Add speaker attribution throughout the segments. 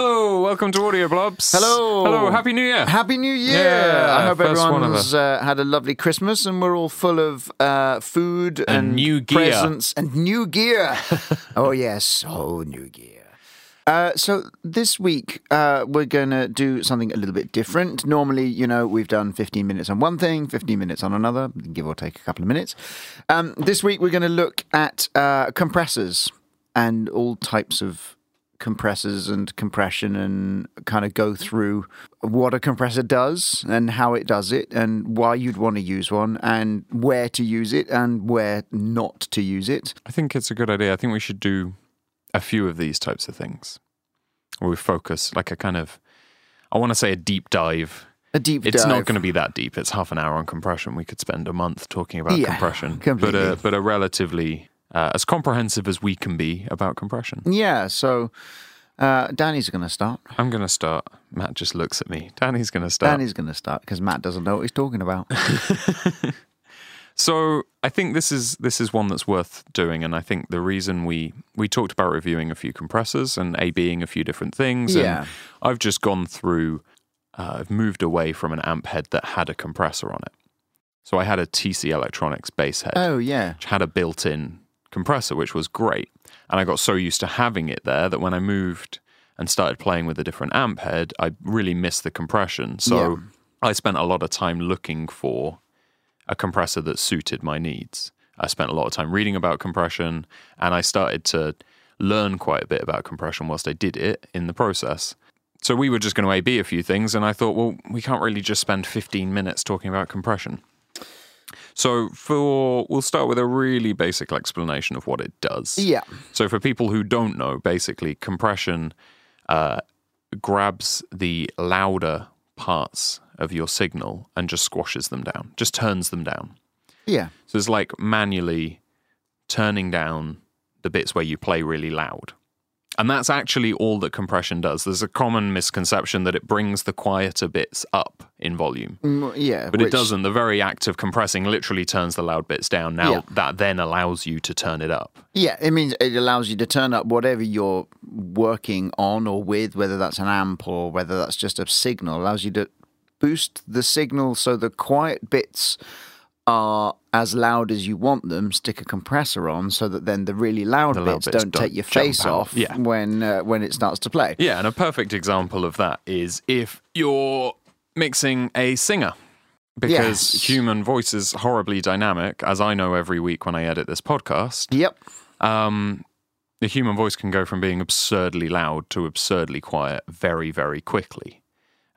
Speaker 1: welcome to Audio Blobs.
Speaker 2: Hello.
Speaker 1: Hello. Happy New Year.
Speaker 2: Happy New Year!
Speaker 1: Yeah,
Speaker 2: I hope
Speaker 1: first one of
Speaker 2: everyone's uh, had a lovely Christmas and we're all full of uh, food and,
Speaker 1: new gear.
Speaker 2: presents and new gear. oh, yes. Oh, new gear. Uh, so this week uh, we're going to do something a little bit different. Normally, you know, we've done 15 minutes on one thing, 15 minutes on another, give or take a couple of minutes. Um, this week we're going to look at uh, compressors and all types of compressors and compression and kind of go through what a compressor does and how it does it and why you'd want to use one and where to use it and where not to use it.
Speaker 1: I think it's a good idea. I think we should do a few of these types of things. Where we focus like a kind of I want to say a deep dive.
Speaker 2: A deep
Speaker 1: It's
Speaker 2: dive.
Speaker 1: not going to be that deep. It's half an hour on compression. We could spend a month talking about
Speaker 2: Yeah,
Speaker 1: compression.
Speaker 2: completely.
Speaker 1: But a, but a relatively uh, as comprehensive as we can be about compression.
Speaker 2: Yeah, so uh, Danny's going to start.
Speaker 1: I'm going to start. Matt just looks at me. Danny's going to start.
Speaker 2: Danny's going to start because Matt doesn't know what he's talking about.
Speaker 1: So I think this is this is one that's worth doing, and I think the reason we we talked about reviewing a few compressors and a being a few different things.
Speaker 2: Yeah.
Speaker 1: And I've just gone through. Uh, I've moved away from an amp head that had a compressor on it. So I had a TC Electronics bass head,
Speaker 2: oh, yeah.
Speaker 1: which had a built-in compressor, which was great. And I got so used to having it there that when I moved and started playing with a different amp head, I really missed the compression. So I spent a lot of time looking for a compressor that suited my needs. I spent a lot of time reading about compression and I started to learn quite a bit about compression whilst I did it in the process. So we were just going to AB a few things and I thought, well, we can't really just spend 15 minutes talking about compression. So for we'll start with a really basic explanation of what it does.
Speaker 2: Yeah.
Speaker 1: So for people who don't know, basically compression uh, grabs the louder parts of your signal and just squashes them down, just turns them down.
Speaker 2: Yeah.
Speaker 1: So it's like manually turning down the bits where you play really loud. And that's actually all that compression does. There's a common misconception that it brings the quieter bits up in volume.
Speaker 2: Mm, yeah.
Speaker 1: But it
Speaker 2: which-
Speaker 1: doesn't. The very act of compressing literally turns the loud bits down. Now
Speaker 2: Yeah.
Speaker 1: that then allows you to turn it up.
Speaker 2: Yeah, it means it allows you to turn up whatever you're working on or with, whether that's an amp or whether that's just a signal, allows you to boost the signal so the quiet bits are as loud as you want them. Stick a compressor on so that then the really loud,
Speaker 1: loud
Speaker 2: bits,
Speaker 1: bits
Speaker 2: don't,
Speaker 1: don't
Speaker 2: take your
Speaker 1: jump
Speaker 2: face
Speaker 1: out.
Speaker 2: off
Speaker 1: Yeah.
Speaker 2: when uh, when it starts to play.
Speaker 1: Yeah, and a perfect example of that is if you're mixing a singer. Because
Speaker 2: Yes.
Speaker 1: human voice is horribly dynamic, as I know every week when I edit this podcast.
Speaker 2: Yep.
Speaker 1: Um, the human voice can go from being absurdly loud to absurdly quiet very, very quickly.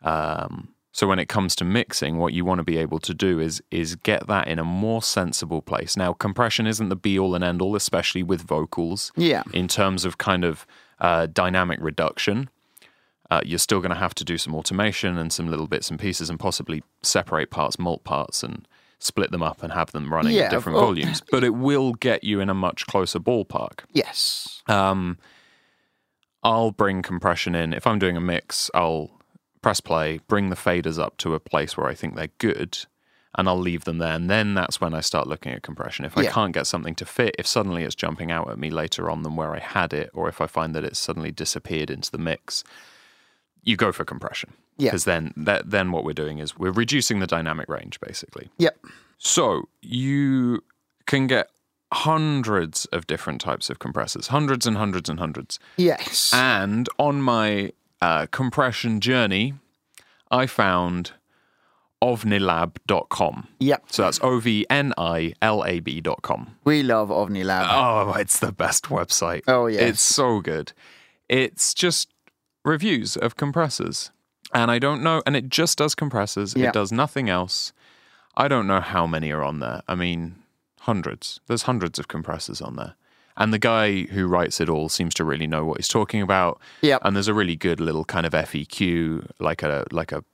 Speaker 1: Um, so when it comes to mixing, what you want to be able to do is is get that in a more sensible place. Now, compression isn't the be all and end all, especially with vocals
Speaker 2: Yeah.
Speaker 1: in terms of kind of uh, dynamic reduction. Uh, you're still going to have to do some automation and some little bits and pieces, and possibly separate parts, mult parts, and split them up and have them running
Speaker 2: Yeah,
Speaker 1: at
Speaker 2: of
Speaker 1: different
Speaker 2: course.
Speaker 1: volumes. But it will get you in a much closer ballpark.
Speaker 2: Yes.
Speaker 1: Um, I'll bring compression in. If I'm doing a mix, I'll press play, bring the faders up to a place where I think they're good, and I'll leave them there. And then that's when I start looking at compression. If I
Speaker 2: Yeah.
Speaker 1: can't get something to fit, if suddenly it's jumping out at me later on than where I had it, or if I find that it's suddenly disappeared into the mix, you go for compression.
Speaker 2: Yeah.
Speaker 1: Because then, that, then what we're doing is we're reducing the dynamic range, basically.
Speaker 2: Yep.
Speaker 1: So you can get hundreds of different types of compressors, hundreds and hundreds and hundreds.
Speaker 2: Yes.
Speaker 1: uh, And on my uh, compression journey, I found ovnilab.com.
Speaker 2: yep.
Speaker 1: So that's O V N I L A B.com.
Speaker 2: We love OVNI Lab.
Speaker 1: Oh, it's the best website.
Speaker 2: Oh, yes.
Speaker 1: It's so good. It's just reviews of compressors. And I don't know, and it just does compressors,
Speaker 2: Yeah.
Speaker 1: it does nothing else. I don't know how many are on there. I mean, hundreds. There's hundreds of compressors on there. And the guy who writes it all seems to really know what he's talking about.
Speaker 2: Yep.
Speaker 1: And there's a really good little kind of FEQ, like a like a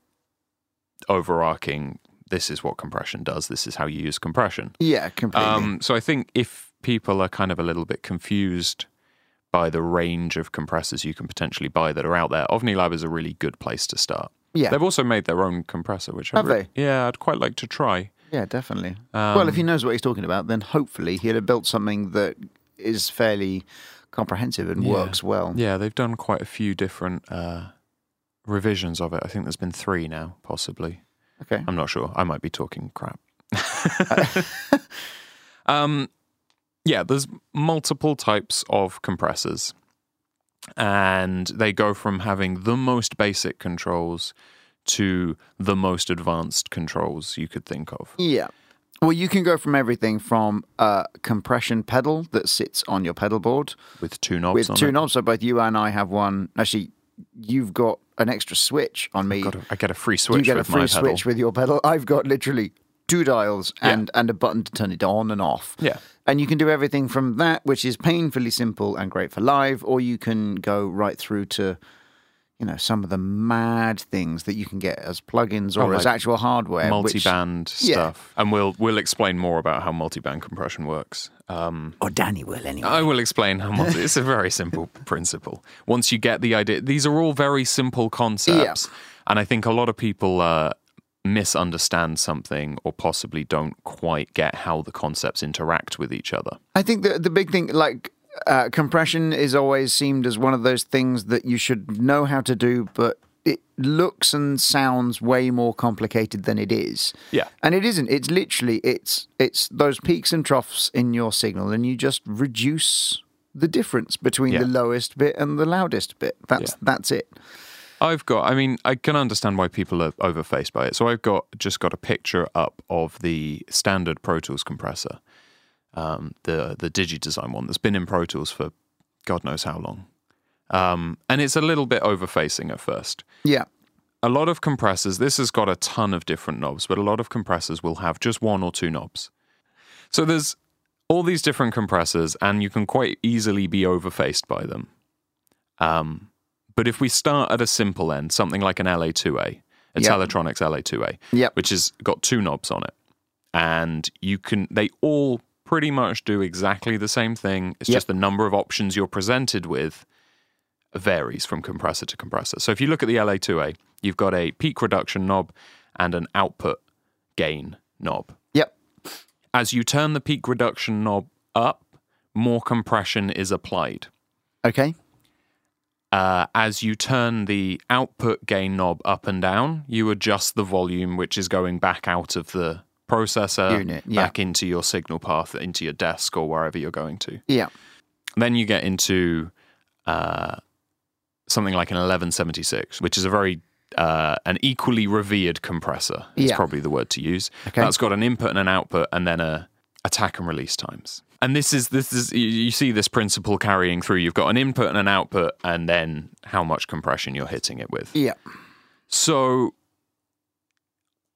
Speaker 1: overarching this is what compression does, this is how you use compression.
Speaker 2: yeah, completely.
Speaker 1: Um, so I think if people are kind of a little bit confused by the range of compressors you can potentially buy that are out there, OVNI Lab is a really good place to start.
Speaker 2: yeah.
Speaker 1: They've also made their own compressor, which
Speaker 2: Have
Speaker 1: I re- yeah, I'd quite like to try.
Speaker 2: Yeah, definitely. well,
Speaker 1: Um,
Speaker 2: if he knows what he's talking about, then hopefully he'll have built something that is fairly comprehensive and works well.
Speaker 1: Yeah, they've done quite a few different uh, revisions of it. I think there's been three now, possibly.
Speaker 2: Okay.
Speaker 1: I'm not sure. I might be talking crap. um, yeah, there's multiple types of compressors, and they go from having the most basic controls to the most advanced controls you could think of.
Speaker 2: Yeah. Well, you can go from everything from a compression pedal that sits on your pedal board
Speaker 1: with two knobs.
Speaker 2: with
Speaker 1: on
Speaker 2: two
Speaker 1: it.
Speaker 2: knobs. So both you and I have one. Actually, you've got an extra switch on me.
Speaker 1: Got a- I get a free
Speaker 2: you
Speaker 1: switch
Speaker 2: get a
Speaker 1: with
Speaker 2: free
Speaker 1: my pedal.
Speaker 2: switch with your pedal. I've got literally two dials and, and a button to turn it on and off.
Speaker 1: Yeah.
Speaker 2: And you can do everything from that, which is painfully simple and great for live, or you can go right through to, you know, some of the mad things that you can get as plugins or as
Speaker 1: Oh, like
Speaker 2: actual hardware. which-
Speaker 1: multi-band
Speaker 2: yeah.
Speaker 1: stuff, and we'll we'll explain more about how multi-band compression works. Um,
Speaker 2: or Oh, Danny will anyway.
Speaker 1: I will explain how multi. it's a very simple principle. Once you get the idea, these are all very simple concepts, and I think a lot of people. Uh, misunderstand something or possibly don't quite get how the concepts interact with each other.
Speaker 2: I think the the big thing, like uh, compression, is always seemed as one of those things that you should know how to do, but it looks and sounds way more complicated than it is.
Speaker 1: Yeah.
Speaker 2: and it isn't. It's literally it's it's those peaks and troughs in your signal, and you just reduce the difference between the
Speaker 1: Yeah.
Speaker 2: lowest bit and the loudest bit. That's that's it.
Speaker 1: I've got. I mean, I can understand why people are overfaced by it. So I've got just got a picture up of the standard Pro Tools compressor, um, the the DigiDesign one that's been in Pro Tools for God knows how long, um, and it's a little bit overfacing at first.
Speaker 2: Yeah,
Speaker 1: A lot of compressors. This has got a ton of different knobs, but a lot of compressors will have just one or two knobs. So there's all these different compressors, and you can quite easily be overfaced by them. Um, but if we start at a simple end, something like an LA2A, it's
Speaker 2: Yep.
Speaker 1: Electronics LA2A,
Speaker 2: Yep.
Speaker 1: which has got two knobs on it, and you can they all pretty much do exactly the same thing. It's
Speaker 2: Yep.
Speaker 1: just the number of options you're presented with varies from compressor to compressor. So if you look at the LA2A, you've got a peak reduction knob and an output gain knob
Speaker 2: yep,
Speaker 1: as you turn the peak reduction knob up, more compression is applied.
Speaker 2: okay,
Speaker 1: Uh, as you turn the output gain knob up and down, you adjust the volume, which is going back out of the processor,
Speaker 2: Unit, yeah.
Speaker 1: back into your signal path, into your desk or wherever you're going to.
Speaker 2: yeah,
Speaker 1: Then you get into uh, something like an 1176, which is a very uh, an equally revered compressor. Is
Speaker 2: Yeah.
Speaker 1: probably the word to use.
Speaker 2: Okay.
Speaker 1: That's got an input and an output, and then a attack and release times. And this is this is you- you see this principle carrying through. You've got an input and an output, and then how much compression you're hitting it with.
Speaker 2: yeah,
Speaker 1: So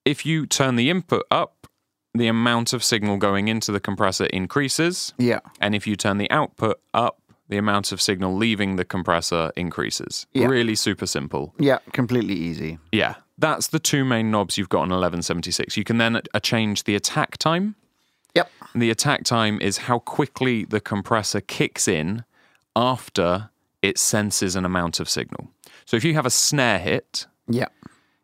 Speaker 1: if you turn the input up, the amount of signal going into the compressor increases.
Speaker 2: yeah,
Speaker 1: And if you turn the output up, the amount of signal leaving the compressor increases.
Speaker 2: Yeah.
Speaker 1: Really super simple.
Speaker 2: yeah. Completely easy.
Speaker 1: Yeah. That's the two main knobs you've got on 1176. You can then uh, change the attack time.
Speaker 2: Yep.
Speaker 1: The attack time is how quickly the compressor kicks in after it senses an amount of signal. So if you have a snare hit,
Speaker 2: Yeah.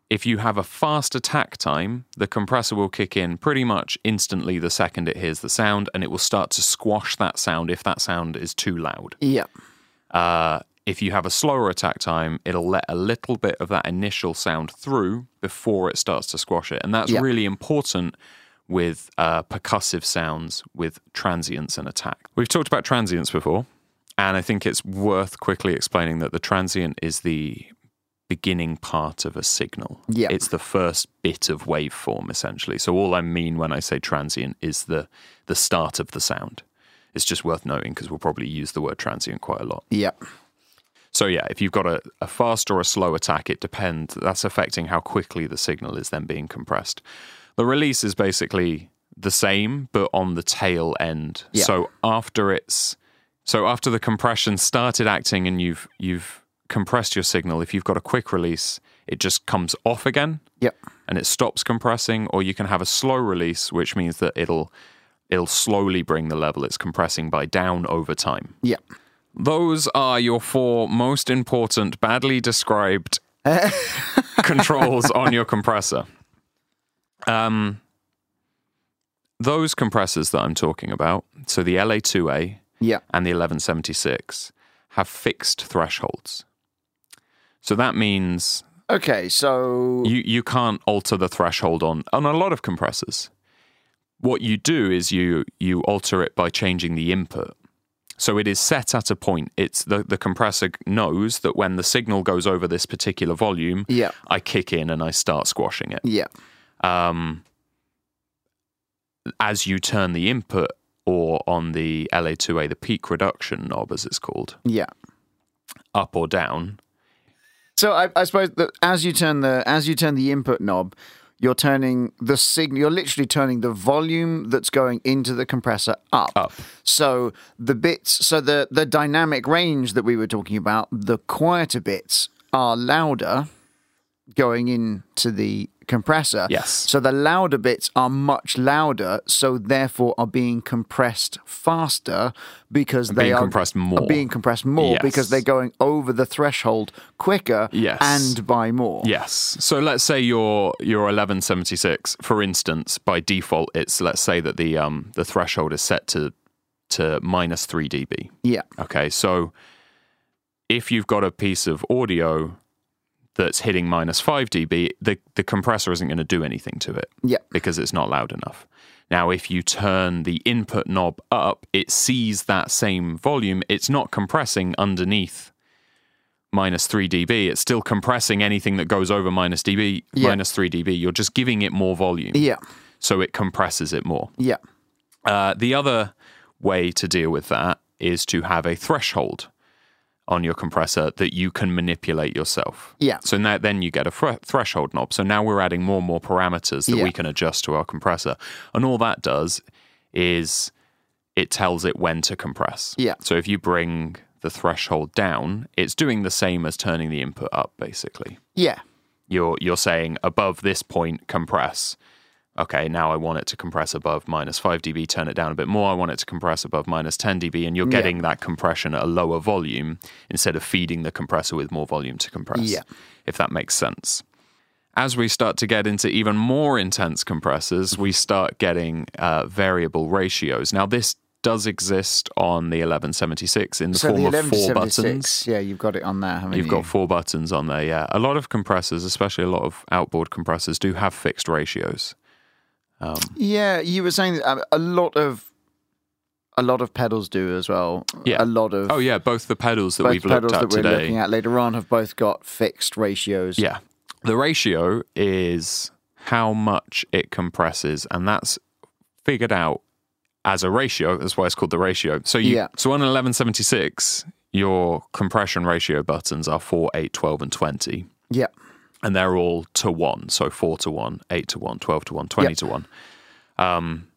Speaker 1: if you have a fast attack time, the compressor will kick in pretty much instantly the second it hears the sound, and it will start to squash that sound if that sound is too loud.
Speaker 2: Yeah.
Speaker 1: Uh, if you have a slower attack time, it'll let a little bit of that initial sound through before it starts to squash it. And that's
Speaker 2: Yeah.
Speaker 1: really important with uh, percussive sounds, with transients and attack. We've talked about transients before, and I think it's worth quickly explaining that the transient is the beginning part of a signal.
Speaker 2: Yeah.
Speaker 1: It's the first bit of waveform essentially. So all I mean when I say transient is the the start of the sound. It's just worth noting because we'll probably use the word transient quite a lot.
Speaker 2: Yeah.
Speaker 1: So yeah, if you've got a, a fast or a slow attack, it depends. That's affecting how quickly the signal is then being compressed. The release is basically the same, but on the tail end.
Speaker 2: Yeah.
Speaker 1: So after it's so after the compression started acting and you've you've compressed your signal, if you've got a quick release, it just comes off again
Speaker 2: Yep.
Speaker 1: and it stops compressing, or you can have a slow release, which means that it'll it'll slowly bring the level it's compressing by down over time.
Speaker 2: Yep.
Speaker 1: Those are your four most important, badly described controls on your compressor. Um, those compressors that I'm talking about, so the LA2A
Speaker 2: Yeah.
Speaker 1: and the 1176, have fixed thresholds. So that means
Speaker 2: Okay, so
Speaker 1: You you can't alter the threshold on on a lot of compressors. What you do is you you alter it by changing the input. So it is set at a point. It's the, the compressor knows that when the signal goes over this particular volume,
Speaker 2: Yeah.
Speaker 1: I kick in and I start squashing it.
Speaker 2: yeah,
Speaker 1: Um, as you turn the input or on the LA2A, the peak reduction knob, as it's called,
Speaker 2: yeah.
Speaker 1: up or down,
Speaker 2: So I, I suppose that as you turn the as you turn the input knob, you're turning the signal. You're literally turning the volume that's going into the compressor up.
Speaker 1: Up.
Speaker 2: So the bits, so the the dynamic range that we were talking about, the quieter bits are louder going into the compressor.
Speaker 1: Yes.
Speaker 2: So the louder bits are much louder, so therefore are being compressed faster because they
Speaker 1: being
Speaker 2: are
Speaker 1: compressed
Speaker 2: are
Speaker 1: more.
Speaker 2: being compressed more
Speaker 1: Yes.
Speaker 2: because they're going over the threshold quicker
Speaker 1: Yes.
Speaker 2: and by more.
Speaker 1: Yes. So let's say your your 1176, for instance, by default, it's let's say that the um the threshold is set to to minus three dB.
Speaker 2: Yeah.
Speaker 1: Okay. So if you've got a piece of audio that's hitting minus five dB, the the compressor isn't going to do anything to it
Speaker 2: Yeah.
Speaker 1: because it's not loud enough. Now, if you turn the input knob up, it sees that same volume. It's not compressing underneath minus 3 dB. It's still compressing anything that goes over minus dB,
Speaker 2: Yeah.
Speaker 1: minus 3 dB. You're just giving it more volume.
Speaker 2: Yeah.
Speaker 1: So it compresses it more.
Speaker 2: Yeah.
Speaker 1: Uh, the other way to deal with that is to have a threshold on your compressor that you can manipulate yourself.
Speaker 2: Yeah.
Speaker 1: So now then you get a thre- threshold knob. So now we're adding more and more parameters that
Speaker 2: Yeah.
Speaker 1: we can adjust to our compressor, and all that does is it tells it when to compress.
Speaker 2: Yeah.
Speaker 1: So if you bring the threshold down, it's doing the same as turning the input up, basically
Speaker 2: Yeah.
Speaker 1: you're you're saying above this point compress okay now i want it to compress above minus 5 db turn it down a bit more i want it to compress above minus 10 db and you're getting that compression at a lower volume instead of feeding the compressor with more volume to compress
Speaker 2: Yeah.
Speaker 1: if that makes sense as we start to get into even more intense compressors we start getting uh, variable ratios now this does exist on the 1176 in the
Speaker 2: So
Speaker 1: form
Speaker 2: the
Speaker 1: of four
Speaker 2: 1176.
Speaker 1: buttons
Speaker 2: Yeah, you've got it on there, haven't
Speaker 1: You've
Speaker 2: you?
Speaker 1: got four buttons on there, yeah. A lot of compressors, especially a lot of outboard compressors, do have fixed ratios.
Speaker 2: Yeah, you were saying that um, a lot of a lot of pedals do as well.
Speaker 1: Yeah.
Speaker 2: A lot of
Speaker 1: Oh, yeah, both the pedals that
Speaker 2: both
Speaker 1: we've looked
Speaker 2: pedals that
Speaker 1: at
Speaker 2: we're looking
Speaker 1: today.
Speaker 2: at later on have both got fixed ratios.
Speaker 1: Yeah. The ratio is how much it compresses, and that's figured out as a ratio. That's why it's called the ratio. So, you,
Speaker 2: Yeah.
Speaker 1: so on an 1176, your compression ratio buttons are 4, 8, 12, and 20.
Speaker 2: Yeah.
Speaker 1: and they're all to one. So four to one, eight to one, 12 to one, 20
Speaker 2: Yep.
Speaker 1: to one. Um,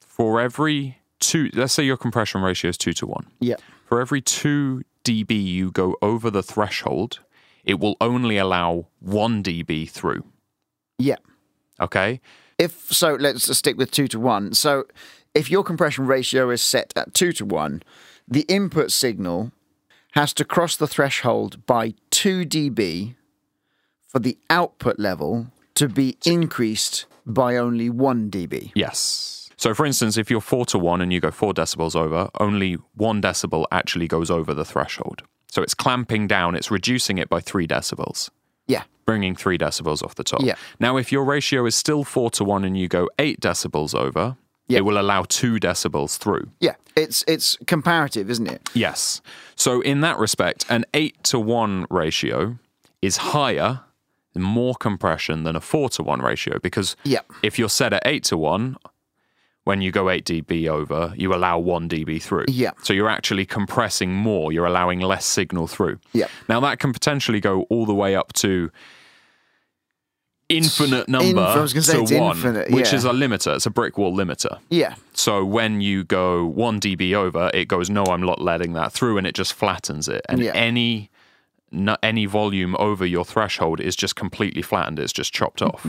Speaker 1: for every two, let's say your compression ratio is two to one.
Speaker 2: Yeah.
Speaker 1: For every two dB you go over the threshold, it will only allow one dB through.
Speaker 2: Yeah.
Speaker 1: Okay.
Speaker 2: if so let's just stick with two to one so if your compression ratio is set at two to one the input signal has to cross the threshold by 2 db for the output level to be increased by only 1 db
Speaker 1: Yes. So for instance, if you're four to one and you go four decibels over, only one decibel actually goes over the threshold. So it's clamping down, it's reducing it by three decibels.
Speaker 2: yeah
Speaker 1: bringing three decibels off the top.
Speaker 2: Yeah.
Speaker 1: Now, if your ratio is still four to one and you go eight decibels over,
Speaker 2: Yeah.
Speaker 1: it will allow two decibels through.
Speaker 2: yeah it's it's comparative isn't it
Speaker 1: Yes. So, in that respect, an eight to one ratio is higher, more compression than a four to one ratio because
Speaker 2: Yeah.
Speaker 1: if you're set at eight to one, when you go 8 dB over, you allow 1 dB through.
Speaker 2: Yeah.
Speaker 1: So you're actually compressing more, you're allowing less signal through.
Speaker 2: Yeah.
Speaker 1: Now that can potentially go all the way up to infinite number
Speaker 2: I was gonna say
Speaker 1: to
Speaker 2: it's
Speaker 1: 1,
Speaker 2: infinite,
Speaker 1: which
Speaker 2: yeah.
Speaker 1: is a limiter, it's a brick wall limiter.
Speaker 2: yeah
Speaker 1: So when you go 1 dB over, it goes, no, I'm not letting that through, and it just flattens it. And
Speaker 2: Yeah.
Speaker 1: any no, any volume over your threshold is just completely flattened. It's just chopped off.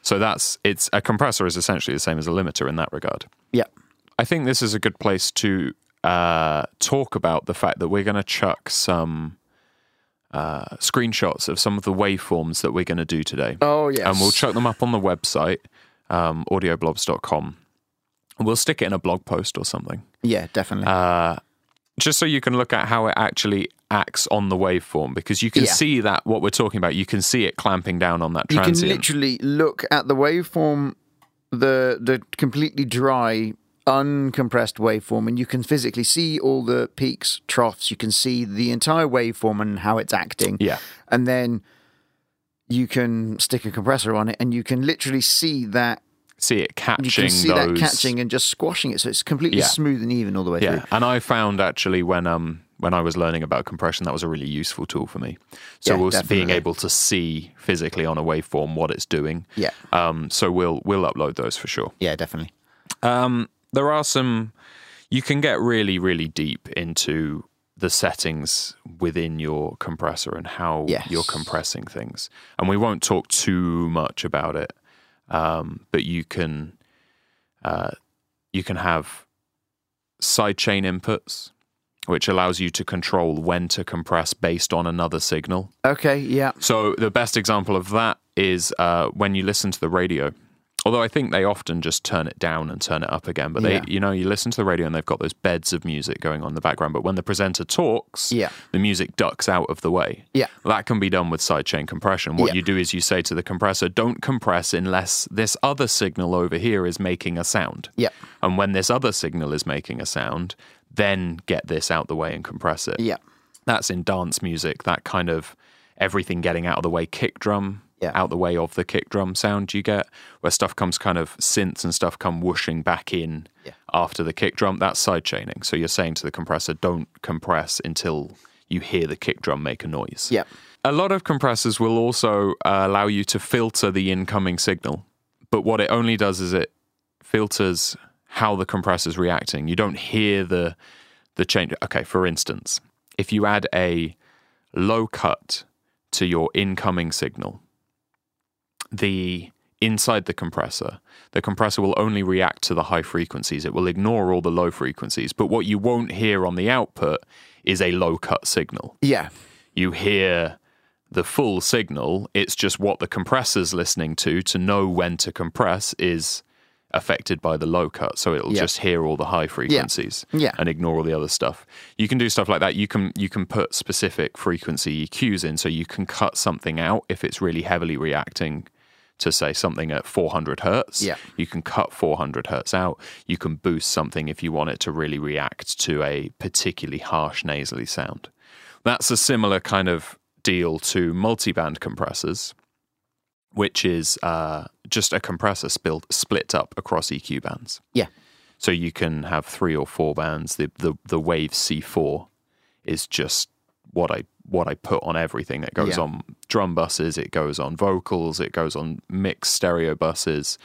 Speaker 1: so that's it's a compressor is essentially the same as a limiter in that regard.
Speaker 2: yeah
Speaker 1: I think this is a good place to uh, talk about the fact that we're going to chuck some uh, screenshots of some of the waveforms that we're going to do today.
Speaker 2: oh yes
Speaker 1: And we'll chuck them up on the website, um, audioblobs.com. We'll stick it in a blog post or something.
Speaker 2: yeah definitely
Speaker 1: Uh, just so you can look at how it actually acts on the waveform because you can
Speaker 2: Yeah.
Speaker 1: see that what we're talking about you can see it clamping down on that
Speaker 2: You can
Speaker 1: transient
Speaker 2: literally look at the waveform, the the completely dry, uncompressed waveform, and you can physically see all the peaks, troughs. You can see the entire waveform and how it's acting.
Speaker 1: Yeah.
Speaker 2: and then you can stick a compressor on it, and you can literally see that
Speaker 1: see it catching
Speaker 2: you can see
Speaker 1: those
Speaker 2: that catching and just squashing it. So it's completely
Speaker 1: Yeah.
Speaker 2: smooth and even all the way through.
Speaker 1: Yeah, and I found actually when um when I was learning about compression, that was a really useful tool for me. So
Speaker 2: Yeah,
Speaker 1: we'll s- being
Speaker 2: definitely.
Speaker 1: able to see physically on a waveform what it's doing.
Speaker 2: Yeah.
Speaker 1: Um. So we'll we'll upload those for sure.
Speaker 2: Yeah, definitely.
Speaker 1: There are some you can get really really deep into the settings within your compressor and how
Speaker 2: Yes.
Speaker 1: you're compressing things, and we won't talk too much about it. Um. But you can, uh, you can have sidechain inputs which allows you to control when to compress based on another signal.
Speaker 2: Okay, yeah.
Speaker 1: So the best example of that is uh, when you listen to the radio. Although I think they often just turn it down and turn it up again, but they,
Speaker 2: Yeah.
Speaker 1: you know, you listen to the radio and they've got those beds of music going on in the background. But when the presenter talks,
Speaker 2: Yeah.
Speaker 1: the music ducks out of the way.
Speaker 2: Yeah.
Speaker 1: that can be done with sidechain compression. What
Speaker 2: Yeah.
Speaker 1: you do is you say to the compressor, "Don't compress unless this other signal over here is making a sound."
Speaker 2: Yeah.
Speaker 1: and when this other signal is making a sound, then get this out the way and compress it
Speaker 2: Yeah.
Speaker 1: that's in dance music, that kind of everything getting out of the way kick drum,
Speaker 2: Yeah.
Speaker 1: out the way of the kick drum sound you get, where stuff comes kind of synths and stuff come whooshing back in
Speaker 2: Yeah.
Speaker 1: after the kick drum. That's side chaining. So you're saying to the compressor, don't compress until you hear the kick drum make a noise.
Speaker 2: Yeah.
Speaker 1: A lot of compressors will also uh, allow you to filter the incoming signal, but what it only does is it filters how the compressor's reacting. You don't hear the the change. Okay, for instance, if you add a low cut to your incoming signal, the inside the compressor, the compressor will only react to the high frequencies. It will ignore all the low frequencies. But what you won't hear on the output is a low cut signal
Speaker 2: Yeah.
Speaker 1: you hear the full signal. It's just what the compressor's listening to to know when to compress is affected by the low cut. So it'll
Speaker 2: Yeah.
Speaker 1: just hear all the high frequencies
Speaker 2: Yeah.
Speaker 1: and ignore all the other stuff. You can do stuff like that. You can you can put specific frequency EQs in so you can cut something out if it's really heavily reacting to say something at 400 hertz
Speaker 2: Yeah.
Speaker 1: you can cut 400 hertz out you can boost something if you want it to really react to a particularly harsh nasally sound that's a similar kind of deal to multiband compressors which is uh, just a compressor spilled, split up across eq bands
Speaker 2: Yeah.
Speaker 1: so you can have three or four bands the, the, the wave c4 is just what i what i put on everything it goes
Speaker 2: Yeah.
Speaker 1: on drum buses it goes on vocals it goes on mixed stereo buses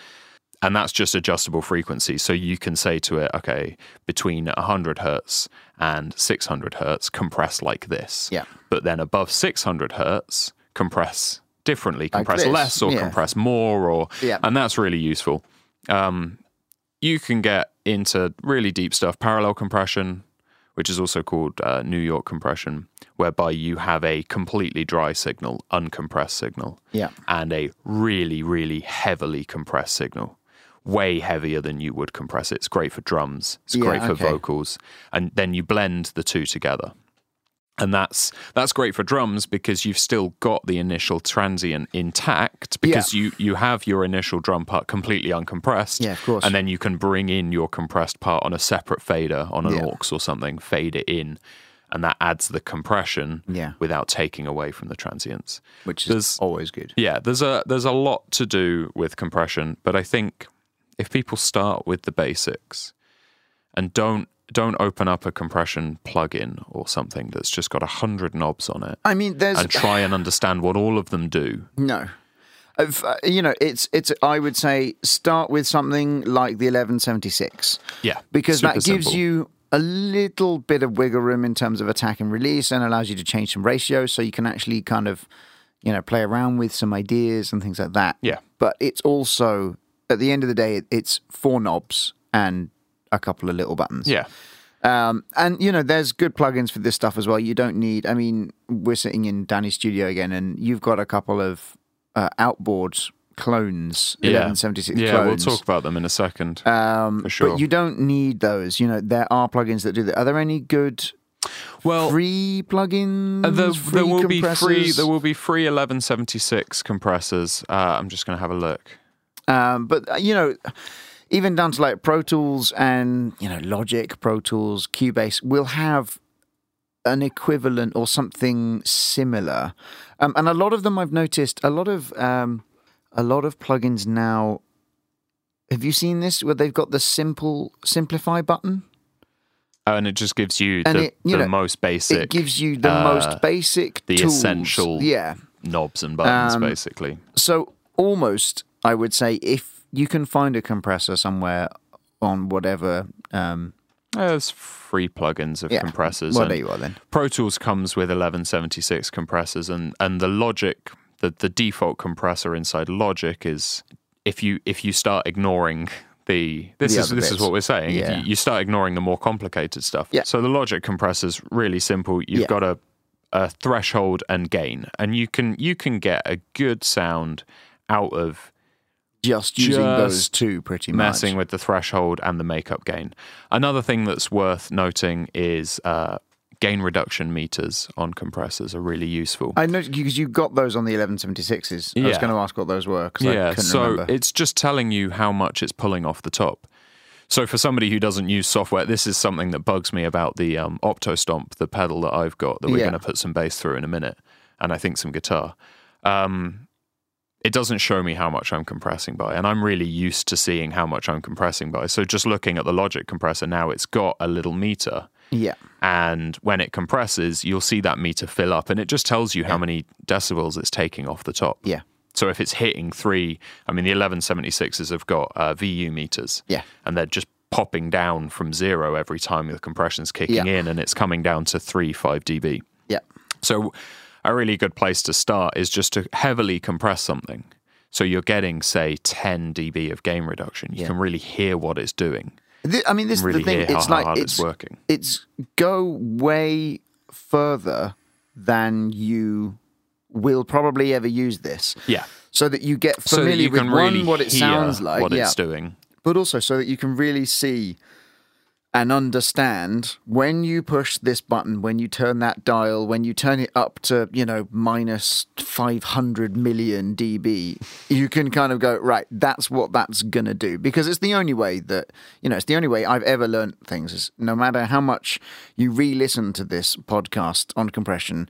Speaker 1: and that's just adjustable frequency. So you can say to it, okay, between 100 hertz and 600 hertz, compress like this.
Speaker 2: Yeah.
Speaker 1: But then above 600 hertz, compress differently,
Speaker 2: Like
Speaker 1: compress
Speaker 2: this,
Speaker 1: less or
Speaker 2: yeah.
Speaker 1: compress more, or
Speaker 2: Yeah.
Speaker 1: and that's really useful. Um, you can get into really deep stuff, parallel compression, which is also called uh, New York compression, whereby you have a completely dry signal, uncompressed signal
Speaker 2: Yeah.
Speaker 1: and a really, really heavily compressed signal, way heavier than you would compress it. It's great for drums, it's
Speaker 2: Yeah,
Speaker 1: great for
Speaker 2: okay.
Speaker 1: vocals, and then you blend the two together. And that's that's great for drums because you've still got the initial transient intact because you, you have your initial drum part completely uncompressed.
Speaker 2: Yeah, of course.
Speaker 1: And then you can bring in your compressed part on a separate fader on an aux or something, fade it in, and that adds the compression
Speaker 2: Yeah.
Speaker 1: without taking away from the transients.
Speaker 2: Which is
Speaker 1: There's-
Speaker 2: always good.
Speaker 1: Yeah, there's a there's a lot to do with compression, but I think if people start with the basics and don't don't open up a compression plugin or something that's just got a hundred knobs on it
Speaker 2: I mean, there's
Speaker 1: and try and understand what all of them do.
Speaker 2: No. I've, uh, you know, it's it's. I would say start with something like the eleven seventy six.
Speaker 1: Yeah,
Speaker 2: because that
Speaker 1: super
Speaker 2: gives
Speaker 1: simple.
Speaker 2: you a little bit of wiggle room in terms of attack and release, and allows you to change some ratios, so you can actually kind of, you know, play around with some ideas and things like that.
Speaker 1: Yeah.
Speaker 2: But it's also at the end of the day, it- it's four knobs and a couple of little buttons.
Speaker 1: Yeah.
Speaker 2: Um, and you know, there's good plugins for this stuff as well. You don't need. I mean, we're sitting in Danny's studio again, and you've got a couple of uh, outboard clones,
Speaker 1: Yeah.
Speaker 2: eleven seventy six
Speaker 1: Yeah,
Speaker 2: clones.
Speaker 1: we'll talk about them in a second.
Speaker 2: um,
Speaker 1: for sure.
Speaker 2: But you don't need those. You know, there are plugins that do that. Are there any good
Speaker 1: Well,
Speaker 2: free plugins.
Speaker 1: Oh. Uh, there,
Speaker 2: free
Speaker 1: there will be free.
Speaker 2: compressors?
Speaker 1: There will be free 1176 compressors. Uh, I'm just going to have a look.
Speaker 2: Um, but uh, you know, even down to like Pro Tools and you know Logic, Pro Tools, Cubase will have an equivalent or something similar. Um, and a lot of them, I've noticed, a lot of um, a lot of plugins now. Have you seen this where they've got the simple simplify button?
Speaker 1: Oh, and it just gives you
Speaker 2: And
Speaker 1: the,
Speaker 2: it- you
Speaker 1: the
Speaker 2: know,
Speaker 1: most basic.
Speaker 2: It gives you the
Speaker 1: uh,
Speaker 2: most basic,
Speaker 1: the
Speaker 2: tools.
Speaker 1: essential-
Speaker 2: Yeah,
Speaker 1: knobs and buttons,
Speaker 2: Um,
Speaker 1: basically.
Speaker 2: So almost, I would say, if you can find a compressor somewhere on whatever, um,
Speaker 1: Uh, There's free plugins of
Speaker 2: yeah,
Speaker 1: compressors.
Speaker 2: Well,
Speaker 1: and
Speaker 2: there you are then.
Speaker 1: Pro Tools comes with 1176 compressors, and and the Logic, the the default compressor inside Logic is if you if you start ignoring the this
Speaker 2: The
Speaker 1: is
Speaker 2: other
Speaker 1: this is
Speaker 2: bits.
Speaker 1: what we're saying. If
Speaker 2: Yeah.
Speaker 1: you, you start ignoring the more complicated stuff.
Speaker 2: Yeah.
Speaker 1: So the Logic compressor's really simple. You've
Speaker 2: Yeah.
Speaker 1: got a a threshold and gain, and you can you can get a good sound out of
Speaker 2: Just using those
Speaker 1: Just
Speaker 2: two, pretty
Speaker 1: messing
Speaker 2: much.
Speaker 1: with the threshold and the makeup gain. Another thing that's worth noting is uh, gain reduction meters on compressors are really useful.
Speaker 2: I know because you got those on the 1176s. I was
Speaker 1: Yeah.
Speaker 2: going to ask what those were because I
Speaker 1: yeah,
Speaker 2: couldn't
Speaker 1: so
Speaker 2: remember.
Speaker 1: it's just telling you how much it's pulling off the top. So for somebody who doesn't use software, this is something that bugs me about the um, Opto Stomp, the pedal that I've got that we're
Speaker 2: Yeah.
Speaker 1: going to put some bass through in a minute, and I think some guitar. Um, it doesn't show me how much I'm compressing by, and I'm really used to seeing how much I'm compressing by. So just looking at the Logic compressor now, it's got a little meter,
Speaker 2: yeah,
Speaker 1: and when it compresses, you'll see that meter fill up, and it just tells you how many decibels it's taking off the top.
Speaker 2: yeah,
Speaker 1: So if it's hitting three, I mean, the 1176s have got uh, VU meters.
Speaker 2: Yeah.
Speaker 1: And they're just popping down from zero every time the compression's kicking
Speaker 2: Yeah.
Speaker 1: in and it's coming down to three, five dB.
Speaker 2: yeah,
Speaker 1: So a really good place to start is just to heavily compress something. So you're getting, say, 10 dB of gain reduction. You can really hear what it's doing,
Speaker 2: Th- I mean, this
Speaker 1: really
Speaker 2: is the thing.
Speaker 1: hear how
Speaker 2: It's like
Speaker 1: hard
Speaker 2: it's
Speaker 1: it's working.
Speaker 2: it's go way further than you will probably ever use this.
Speaker 1: Yeah.
Speaker 2: So that you get
Speaker 1: So that
Speaker 2: familiar
Speaker 1: you
Speaker 2: with
Speaker 1: can
Speaker 2: one
Speaker 1: really
Speaker 2: what it
Speaker 1: hear
Speaker 2: sounds like,
Speaker 1: what
Speaker 2: yeah,
Speaker 1: it's doing.
Speaker 2: but also so that you can really see and understand when you push this button, when you turn that dial, when you turn it up to, you know, minus 500 million dB, you can kind of go, right, that's what that's going to do. Because it's the only way that, you know, it's the only way I've ever learned things is no matter how much you re listen to this podcast on compression,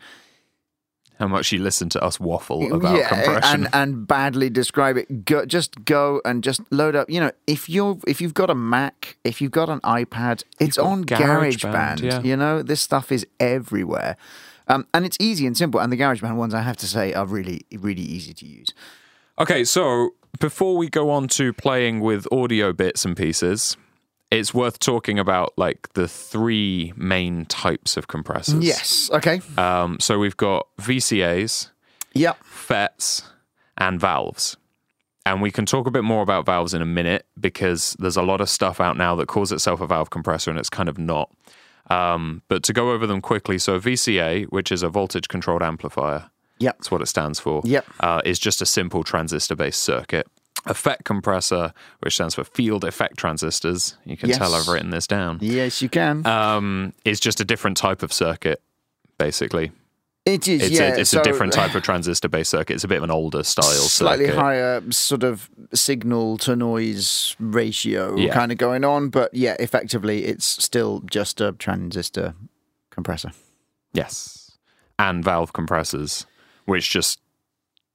Speaker 1: How much you listen to us waffle about compression.
Speaker 2: and and badly describe it. Go, just go and just load up. You know, if you're if you've got a Mac, if you've got an iPad, it's
Speaker 1: got
Speaker 2: on GarageBand.
Speaker 1: GarageBand, yeah.
Speaker 2: You know, this stuff is everywhere, um, and it's easy and simple. And the GarageBand ones, I have to say, are really really easy to use.
Speaker 1: Okay, so before we go on to playing with audio bits and pieces, it's worth talking about like the three main types of compressors.
Speaker 2: Yes. Okay.
Speaker 1: Um, so we've got VCAs,
Speaker 2: Yep.
Speaker 1: FETs, E and valves. And we can talk a bit more about valves in a minute because there's a lot of stuff out now that calls itself a valve compressor and it's kind of not. Um, but to go over them quickly, so VCA, which is a voltage controlled amplifier,
Speaker 2: Yep.
Speaker 1: that's what it stands for.
Speaker 2: Yep.
Speaker 1: Uh, is just a simple transistor based circuit. Effect compressor, which stands for field effect transistors. You can tell
Speaker 2: Yes.
Speaker 1: I've written this down.
Speaker 2: Yes, you can.
Speaker 1: Um, is just a different type of circuit, basically.
Speaker 2: it is.
Speaker 1: It's,
Speaker 2: yeah.
Speaker 1: a, it's
Speaker 2: so
Speaker 1: a different type of transistor based circuit. It's a bit of an older style
Speaker 2: Slightly
Speaker 1: circuit.
Speaker 2: higher sort of signal to noise ratio
Speaker 1: Yeah.
Speaker 2: kind of going on, but yeah, effectively it's still just a transistor compressor.
Speaker 1: Yes. And valve compressors, which just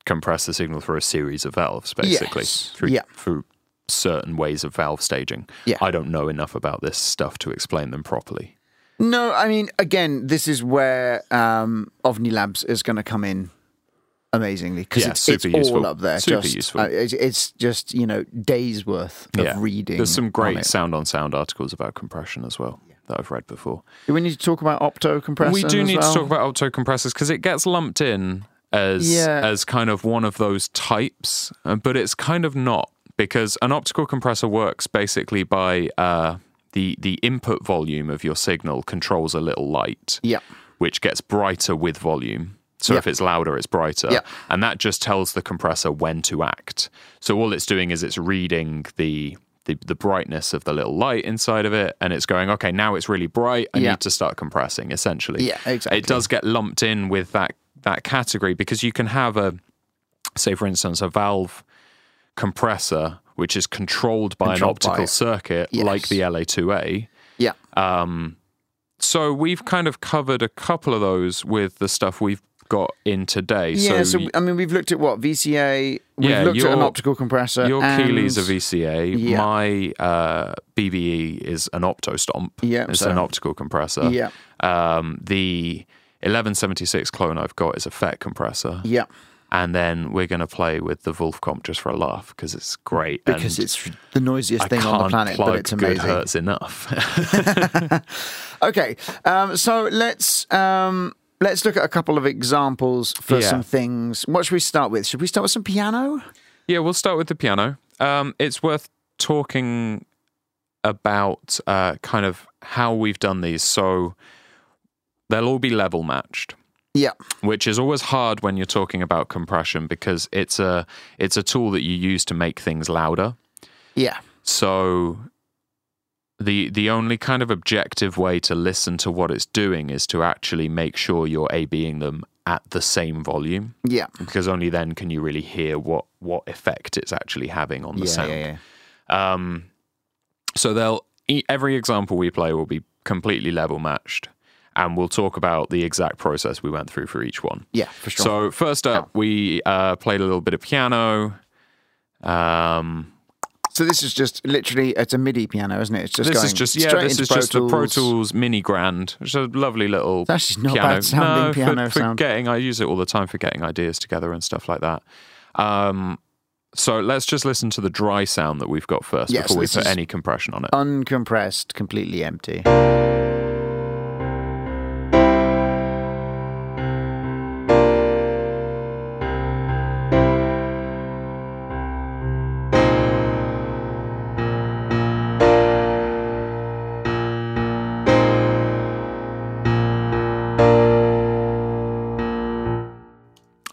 Speaker 1: compress the signal through a series of valves, basically.
Speaker 2: Yes.
Speaker 1: Through,
Speaker 2: Yeah.
Speaker 1: through certain ways of valve staging.
Speaker 2: Yeah.
Speaker 1: I don't know enough about this stuff to explain them properly.
Speaker 2: No, I mean, again, this is where um, OVNI Labs is going to come in amazingly because
Speaker 1: Yeah,
Speaker 2: it's,
Speaker 1: super
Speaker 2: it's all
Speaker 1: useful.
Speaker 2: up there.
Speaker 1: Super
Speaker 2: just,
Speaker 1: useful.
Speaker 2: uh, it's, it's just, you know, days worth of reading.
Speaker 1: There's some
Speaker 2: on
Speaker 1: great
Speaker 2: it.
Speaker 1: sound on sound articles about compression as well that I've read before.
Speaker 2: Do we need to talk about opto compressor?
Speaker 1: we do
Speaker 2: as
Speaker 1: need
Speaker 2: well?
Speaker 1: to talk about opto compressors because it gets lumped in as
Speaker 2: Yeah.
Speaker 1: as kind of one of those types, uh, but it's kind of not because an optical compressor works basically by uh, the the input volume of your signal controls a little light
Speaker 2: Yeah.
Speaker 1: which gets brighter with volume. So
Speaker 2: Yeah.
Speaker 1: if it's louder, it's brighter.
Speaker 2: Yeah.
Speaker 1: And that just tells the compressor when to act. So all it's doing is it's reading the the, the brightness of the little light inside of it and it's going okay now it's really bright i
Speaker 2: Yeah.
Speaker 1: need to start compressing essentially
Speaker 2: Yeah, exactly.
Speaker 1: it does get lumped in with that that category because you can have a say for instance a valve compressor which is controlled by
Speaker 2: Controlled by
Speaker 1: an optical
Speaker 2: it.
Speaker 1: circuit like
Speaker 2: Yes.
Speaker 1: the la2a
Speaker 2: Yeah.
Speaker 1: Ah, so we've kind of covered a couple of those with the stuff we've got in today
Speaker 2: yeah. So,
Speaker 1: y-
Speaker 2: I mean, we've looked at what VCA. We've
Speaker 1: Yeah,
Speaker 2: looked at an
Speaker 1: your-
Speaker 2: optical compressor.
Speaker 1: your
Speaker 2: and,
Speaker 1: Keeley's a VCA.
Speaker 2: Yeah.
Speaker 1: My uh, BBE is an opto stomp.
Speaker 2: Yeah,
Speaker 1: it's
Speaker 2: so-
Speaker 1: an optical compressor.
Speaker 2: Yeah.
Speaker 1: Um, the 1176 clone I've got is a FET compressor.
Speaker 2: Yeah.
Speaker 1: And then we're going to play with the Wolf comp just for a laugh because it's great.
Speaker 2: Because
Speaker 1: and
Speaker 2: it's the noisiest
Speaker 1: I
Speaker 2: thing
Speaker 1: can't
Speaker 2: on the planet,
Speaker 1: plug
Speaker 2: but it's
Speaker 1: good
Speaker 2: amazing.
Speaker 1: hertz enough.
Speaker 2: Okay, um, so let's um, let's look at a couple of examples for
Speaker 1: Yeah.
Speaker 2: some things. What should we start with? Should we start with some piano?
Speaker 1: yeah, we'll start with the piano. Um, it's worth talking about uh, kind of how we've done these. So they'll all be level matched.
Speaker 2: Yeah,
Speaker 1: which is always hard when you're talking about compression because it's a it's a tool that you use to make things louder.
Speaker 2: yeah,
Speaker 1: So the the only kind of objective way to listen to what it's doing is to actually make sure you're ABing them at the same volume
Speaker 2: yeah,
Speaker 1: because only then can you really hear what what effect it's actually having on the sound. Um, so they'll e- every example we play will be completely level matched, and we'll talk about the exact process we went through for each one.
Speaker 2: Yeah, for sure.
Speaker 1: So first up, we uh, played a little bit of piano. Um,
Speaker 2: So this is just literally it's a MIDI piano, isn't it? It's just
Speaker 1: this
Speaker 2: going
Speaker 1: is just yeah,
Speaker 2: straight
Speaker 1: this
Speaker 2: into
Speaker 1: is just the Pro
Speaker 2: Tools.
Speaker 1: Tools Mini Grand, which is a lovely little
Speaker 2: That's actually not
Speaker 1: piano.
Speaker 2: bad sounding
Speaker 1: no,
Speaker 2: piano
Speaker 1: for, for
Speaker 2: sound.
Speaker 1: getting I use it all the time for getting ideas together and stuff like that. Um, so let's just listen to the dry sound that we've got first
Speaker 2: Yes,
Speaker 1: before we
Speaker 2: this
Speaker 1: put
Speaker 2: is-
Speaker 1: any compression on it.
Speaker 2: uncompressed, completely empty.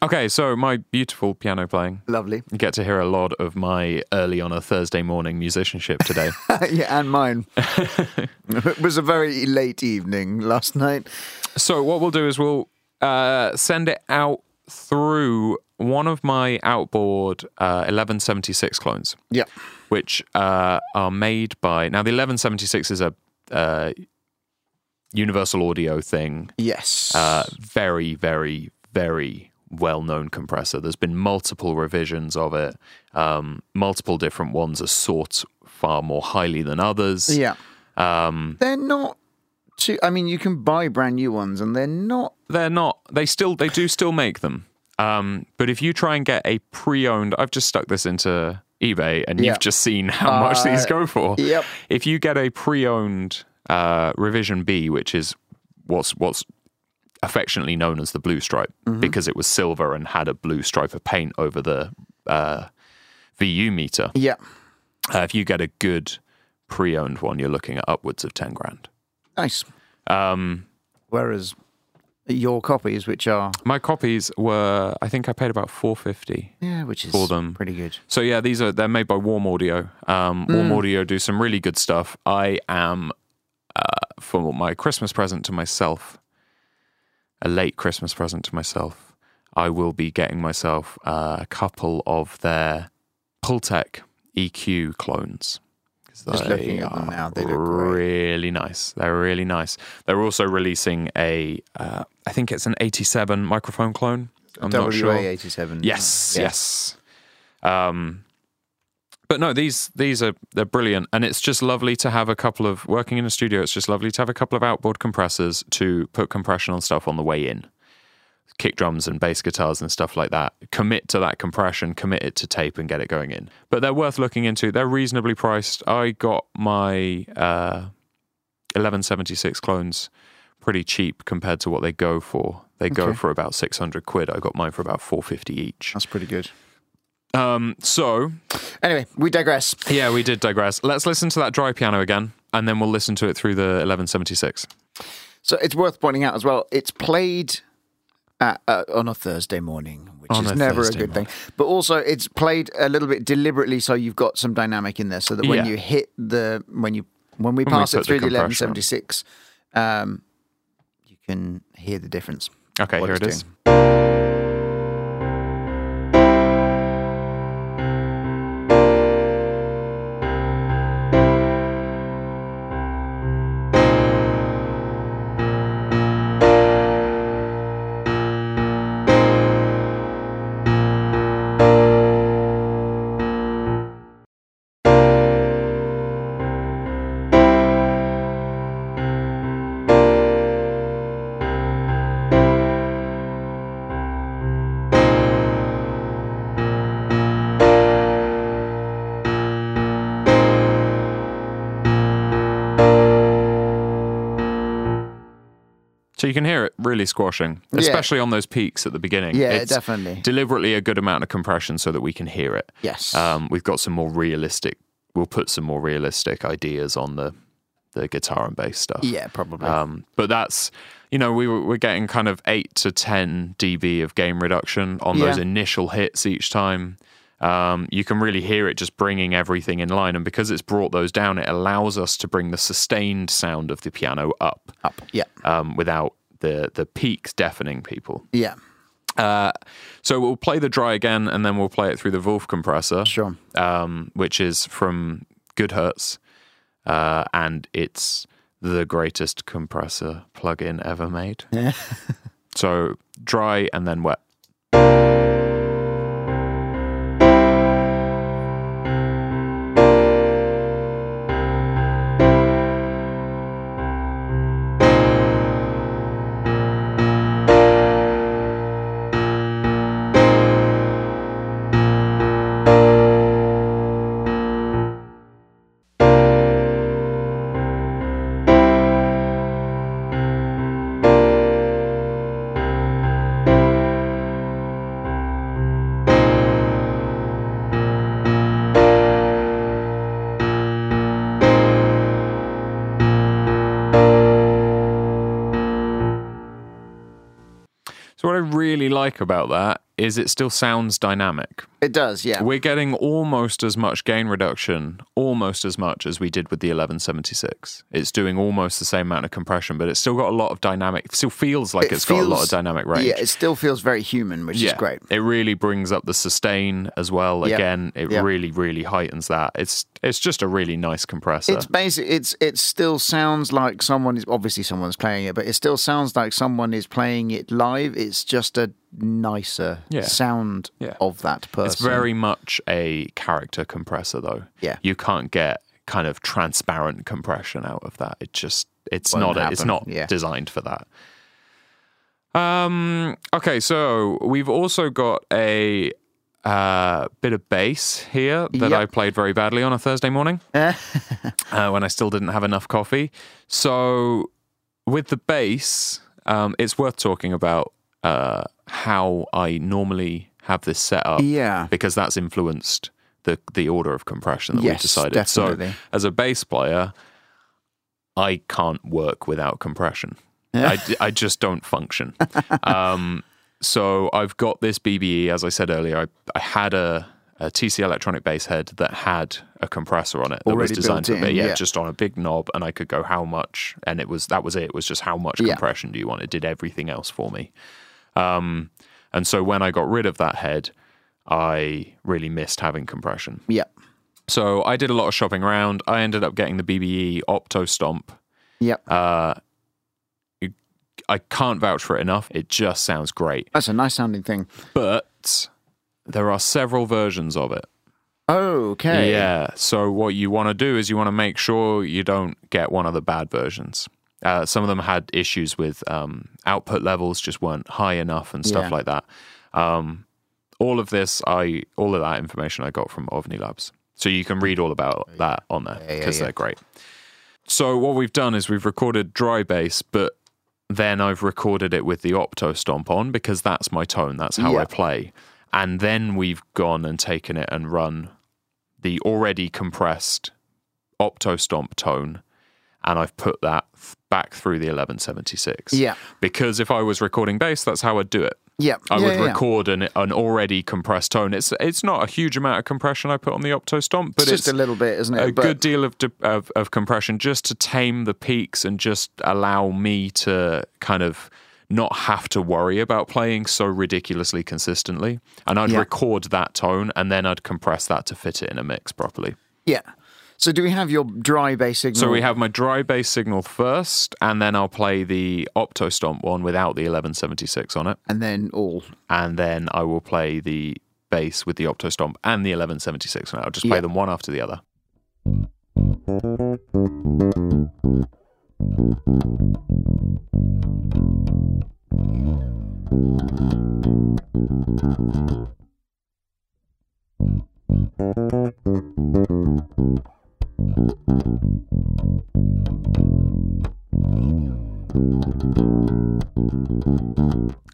Speaker 1: Okay, so my beautiful piano playing.
Speaker 2: Lovely.
Speaker 1: You get to hear a lot of my early on a Thursday morning musicianship today.
Speaker 2: yeah, and mine. it was a very late evening last night.
Speaker 1: so what we'll do is we'll uh, send it out through one of my outboard uh, 1176 clones,
Speaker 2: Yeah.
Speaker 1: which uh, are made by now the 1176 is a uh, Universal Audio thing.
Speaker 2: Yes.
Speaker 1: Uh, very, very, very well known compressor. There's been multiple revisions of it. Um, multiple different ones are sought far more highly than others.
Speaker 2: yeah. Um, they're not too. I mean, you can buy brand new ones, and they're not
Speaker 1: They're not. They still. They do still make them. Um, but if you try and get a pre-owned, I've just stuck this into eBay, and
Speaker 2: Yeah.
Speaker 1: you've just seen how much these go for.
Speaker 2: yep.
Speaker 1: If you get a pre-owned uh, revision B, which is what's what's affectionately known as the blue stripe, because it was silver and had a blue stripe of paint over the uh, VU meter.
Speaker 2: Yeah.
Speaker 1: Uh, if you get a good pre-owned one, you're looking at upwards of ten grand.
Speaker 2: Nice.
Speaker 1: Um,
Speaker 2: Whereas your copies, which are
Speaker 1: my copies were, I think, I paid about four fifty.
Speaker 2: yeah, which is
Speaker 1: For them.
Speaker 2: pretty good.
Speaker 1: So yeah, these are they're made by Warm Audio. Um, Warm
Speaker 2: Mm.
Speaker 1: Audio do some really good stuff. I am uh, for my Christmas present to myself, a late Christmas present to myself. I will be getting myself uh, a couple of their Pultec EQ clones. 'Cause they
Speaker 2: Just looking at them
Speaker 1: are
Speaker 2: now, they look great.
Speaker 1: really nice. They're really nice. They're also releasing a, uh, I think it's an 87 microphone clone. I'm not sure.
Speaker 2: WA87.
Speaker 1: Yes,
Speaker 2: Yeah.
Speaker 1: yes. Um, but no, these these are they're brilliant, and it's just lovely to have a couple of working in a studio. It's just lovely to have a couple of outboard compressors to put compression on stuff on the way in, kick drums and bass guitars and stuff like that. Commit to that compression, commit it to tape, and get it going in. But they're worth looking into. They're reasonably priced. I got my uh, eleven seventy six clones pretty cheap compared to what they go for. They go for about six hundred quid. I got mine for about four fifty each.
Speaker 2: That's pretty good.
Speaker 1: Um, so
Speaker 2: Anyway, we digress.
Speaker 1: yeah, we did digress. Let's listen to that dry piano again, and then we'll listen to it through the 1176.
Speaker 2: So it's worth pointing out as well, it's played at, uh, on a Thursday morning, which which
Speaker 1: On
Speaker 2: is
Speaker 1: a
Speaker 2: never
Speaker 1: Thursday
Speaker 2: a good
Speaker 1: night.
Speaker 2: thing. But also, it's played a little bit deliberately, so you've got some dynamic in there, so that when
Speaker 1: Yeah.
Speaker 2: you hit the when you when we
Speaker 1: When we
Speaker 2: pass
Speaker 1: put
Speaker 2: it
Speaker 1: the
Speaker 2: through the eleven
Speaker 1: compression on.
Speaker 2: seventy six, um, you can hear the difference.
Speaker 1: Okay,
Speaker 2: what
Speaker 1: here
Speaker 2: it's
Speaker 1: it is.
Speaker 2: doing.
Speaker 1: So you can hear it really squashing, especially on those peaks at the beginning.
Speaker 2: Yeah, definitely.
Speaker 1: Deliberately a good amount of compression so that we can hear it.
Speaker 2: Yes.
Speaker 1: Um, we've got some more realistic. We'll put some more realistic ideas on the the guitar and bass stuff.
Speaker 2: yeah, probably.
Speaker 1: Um, but that's you know we were, we're getting kind of eight to ten dB of gain reduction on those
Speaker 2: Yeah.
Speaker 1: initial hits each time. Um, you can really hear it just bringing everything in line, and because it's brought those down, it allows us to bring the sustained sound of the piano up
Speaker 2: Up. Yeah.
Speaker 1: um, without the the peaks deafening people.
Speaker 2: Yeah.
Speaker 1: Uh, so we'll play the dry again, and then we'll play it through the Wolf compressor,
Speaker 2: Sure.
Speaker 1: um, which is from Good Hertz, uh, and it's the greatest compressor plugin ever made.
Speaker 2: Yeah.
Speaker 1: so dry and then wet. So what I really like about that is it still sounds dynamic.
Speaker 2: It does. Yeah.
Speaker 1: We're getting almost as much gain reduction, almost as much as we did with the 1176. It's doing almost the same amount of compression, but it's still got a lot of dynamic. It still feels like
Speaker 2: It
Speaker 1: it's got a lot of
Speaker 2: feels-
Speaker 1: dynamic range.
Speaker 2: Yeah. It still feels very human, which is great.
Speaker 1: It really brings up the sustain as well.
Speaker 2: Yeah.
Speaker 1: Again, it
Speaker 2: Yeah.
Speaker 1: really, really heightens that. It's it's just a really nice compressor.
Speaker 2: It's basic. It's it still sounds like someone is obviously someone's playing it, but it still sounds like someone is playing it live. It's just a nicer
Speaker 1: Yeah.
Speaker 2: sound
Speaker 1: Yeah.
Speaker 2: of that person.
Speaker 1: It's very much a character compressor, though.
Speaker 2: Yeah.
Speaker 1: you can't get kind of transparent compression out of that. It just it's
Speaker 2: Won't
Speaker 1: not it's
Speaker 2: happen.
Speaker 1: not
Speaker 2: Yeah.
Speaker 1: designed for that. Um. Okay, so we've also got a uh, bit of bass here that
Speaker 2: Yep.
Speaker 1: I played very badly on a Thursday morning uh, when I still didn't have enough coffee. So with the bass, um, it's worth talking about uh, how I normally have this set up
Speaker 2: yeah.
Speaker 1: because that's influenced the the order of compression that
Speaker 2: Yes,
Speaker 1: we decided.
Speaker 2: definitely.
Speaker 1: So as a bass player, I can't work without compression. I, d- I just don't function. Um, so I've got this BBE, as I said earlier, I, I had a, a TC electronic bass head that had a compressor on it that was
Speaker 2: Already
Speaker 1: designed
Speaker 2: built
Speaker 1: for
Speaker 2: in,
Speaker 1: yeah,
Speaker 2: yeah.
Speaker 1: just on a big knob and I could go how much and it was that was it. It was just how much
Speaker 2: Yeah.
Speaker 1: compression do you want? It did everything else for me. Um, and so when I got rid of that head, I really missed having compression.
Speaker 2: Yeah.
Speaker 1: So I did a lot of shopping around. I ended up getting the BBE Opto Stomp.
Speaker 2: Yeah.
Speaker 1: Uh, you- I can't vouch for it enough. It just sounds great.
Speaker 2: That's a nice sounding thing.
Speaker 1: But there are several versions of it.
Speaker 2: Okay.
Speaker 1: Yeah. So what you want to do is you want to make sure you don't get one of the bad versions. Uh, some of them had issues with um, output levels just weren't high enough and stuff
Speaker 2: Yeah.
Speaker 1: like that. Um, all of this, I all of that information I got from OVNI Labs. So you can read all about that on there because
Speaker 2: yeah, yeah.
Speaker 1: they're great. So what we've done is we've recorded dry bass, but then I've recorded it with the opto stomp on because that's my tone, that's how
Speaker 2: Yeah.
Speaker 1: I play. And then we've gone and taken it and run the already compressed opto stomp tone and I've put that th- back through the 1176.
Speaker 2: Yeah.
Speaker 1: Because if I was recording bass, that's how I'd do it.
Speaker 2: Yeah.
Speaker 1: I
Speaker 2: Yeah,
Speaker 1: would
Speaker 2: yeah, yeah.
Speaker 1: record an, an already compressed tone. It's it's not a huge amount of compression I put on the opto stomp, but
Speaker 2: It's
Speaker 1: it's,
Speaker 2: just a little bit, isn't it?
Speaker 1: a
Speaker 2: But-
Speaker 1: good deal of, de- of of compression just to tame the peaks and just allow me to kind of not have to worry about playing so ridiculously consistently. And I'd
Speaker 2: Yeah.
Speaker 1: record that tone and then I'd compress that to fit it in a mix properly.
Speaker 2: Yeah. So do we have your dry bass signal?
Speaker 1: So we have my dry bass signal first, and then I'll play the opto stomp one without the 1176 on it,
Speaker 2: and then all.
Speaker 1: and then I will play the bass with the opto stomp and the 1176 on it. I'll just play
Speaker 2: Yeah.
Speaker 1: them one after the other.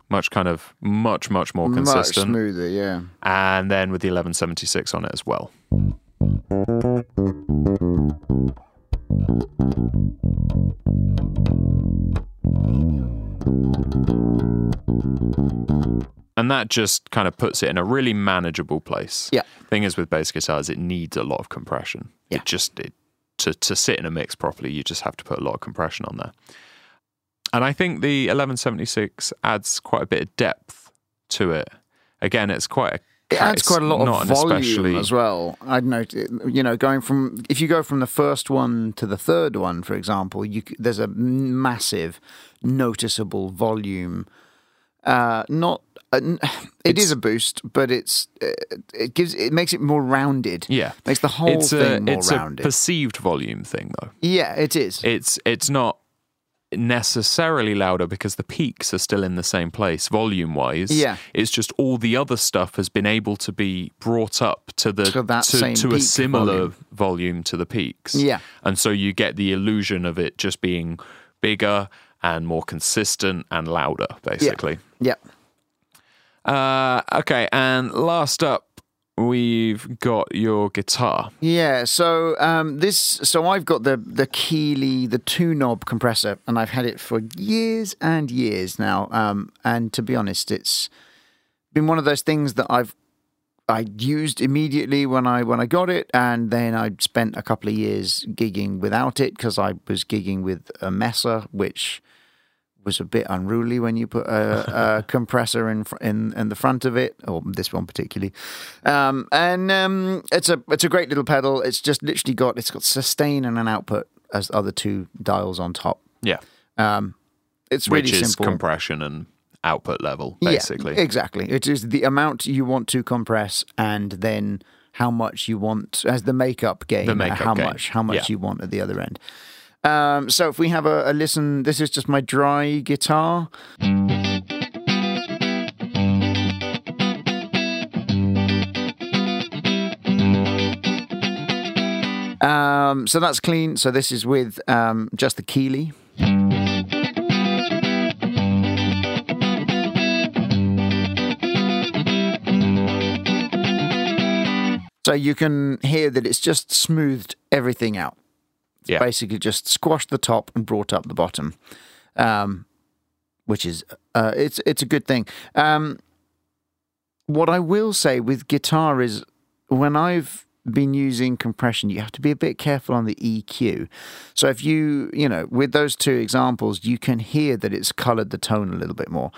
Speaker 1: Much kind of much much more
Speaker 2: Much
Speaker 1: consistent,
Speaker 2: smoother, yeah.
Speaker 1: and then with the 1176 on it as well. And that just kind of puts it in a really manageable place.
Speaker 2: Yeah.
Speaker 1: Thing is with bass guitars, it needs a lot of compression.
Speaker 2: Yeah.
Speaker 1: It just it, to to sit in a mix properly, you just have to put a lot of compression on there. And I think the 1176 adds quite a bit of depth to it. Again, it's quite a
Speaker 2: It adds
Speaker 1: it's
Speaker 2: quite a lot
Speaker 1: not
Speaker 2: of
Speaker 1: an
Speaker 2: volume
Speaker 1: especially-
Speaker 2: as well. I'd note, you know, going from if you go from the first one to the third one, for example, you c- there's a massive, noticeable volume. Uh, not uh, n- it is a boost, but it's uh, it gives it makes it more rounded.
Speaker 1: Yeah.
Speaker 2: makes the whole
Speaker 1: it's
Speaker 2: thing
Speaker 1: a,
Speaker 2: more
Speaker 1: it's
Speaker 2: rounded.
Speaker 1: a perceived volume thing though.
Speaker 2: yeah, it is.
Speaker 1: It's it's not necessarily louder because the peaks are still in the same place volume wise.
Speaker 2: Yeah.
Speaker 1: It's just all the other stuff has been able to be brought up to the
Speaker 2: To that
Speaker 1: to,
Speaker 2: same
Speaker 1: to a
Speaker 2: peak
Speaker 1: similar
Speaker 2: volume.
Speaker 1: volume. to the peaks.
Speaker 2: Yeah.
Speaker 1: And so you get the illusion of it just being bigger and more consistent and louder
Speaker 2: yeah.
Speaker 1: basically.
Speaker 2: yeah.
Speaker 1: Uh, okay, and last up, we've got your guitar.
Speaker 2: Yeah, so um, this, so I've got the the Keeley, the two knob compressor, and I've had it for years and years now. Um, and to be honest, it's been one of those things that I've I used immediately when I when I got it, and then I spent a couple of years gigging without it because I was gigging with a Messer, which was a bit unruly when you put a, a compressor in, fr- in in the front of it, or this one particularly. Um, and um, it's a it's a great little pedal. It's just literally got it's got sustain and an output as other two dials on top.
Speaker 1: Yeah.
Speaker 2: Um, it's really
Speaker 1: which is
Speaker 2: simple.
Speaker 1: compression and output level,
Speaker 2: Yeah,
Speaker 1: basically.
Speaker 2: exactly. It is the amount you want to compress and then how much you want as the makeup game.
Speaker 1: The makeup
Speaker 2: how
Speaker 1: game.
Speaker 2: much how much
Speaker 1: Yeah.
Speaker 2: you want at the other end. Um, so if we have a, a listen, this is just my dry guitar. Um, so that's clean. So this is with um, just the Keeley. So you can hear that it's just smoothed everything out. It's
Speaker 1: Yeah.
Speaker 2: basically just squashed the top and brought up the bottom, um, which is uh, it's it's a good thing. Um, what I will say with guitar is when I've been using compression, you have to be a bit careful on the EQ. So if you, you know, with those two examples, you can hear that it's colored the tone a little bit more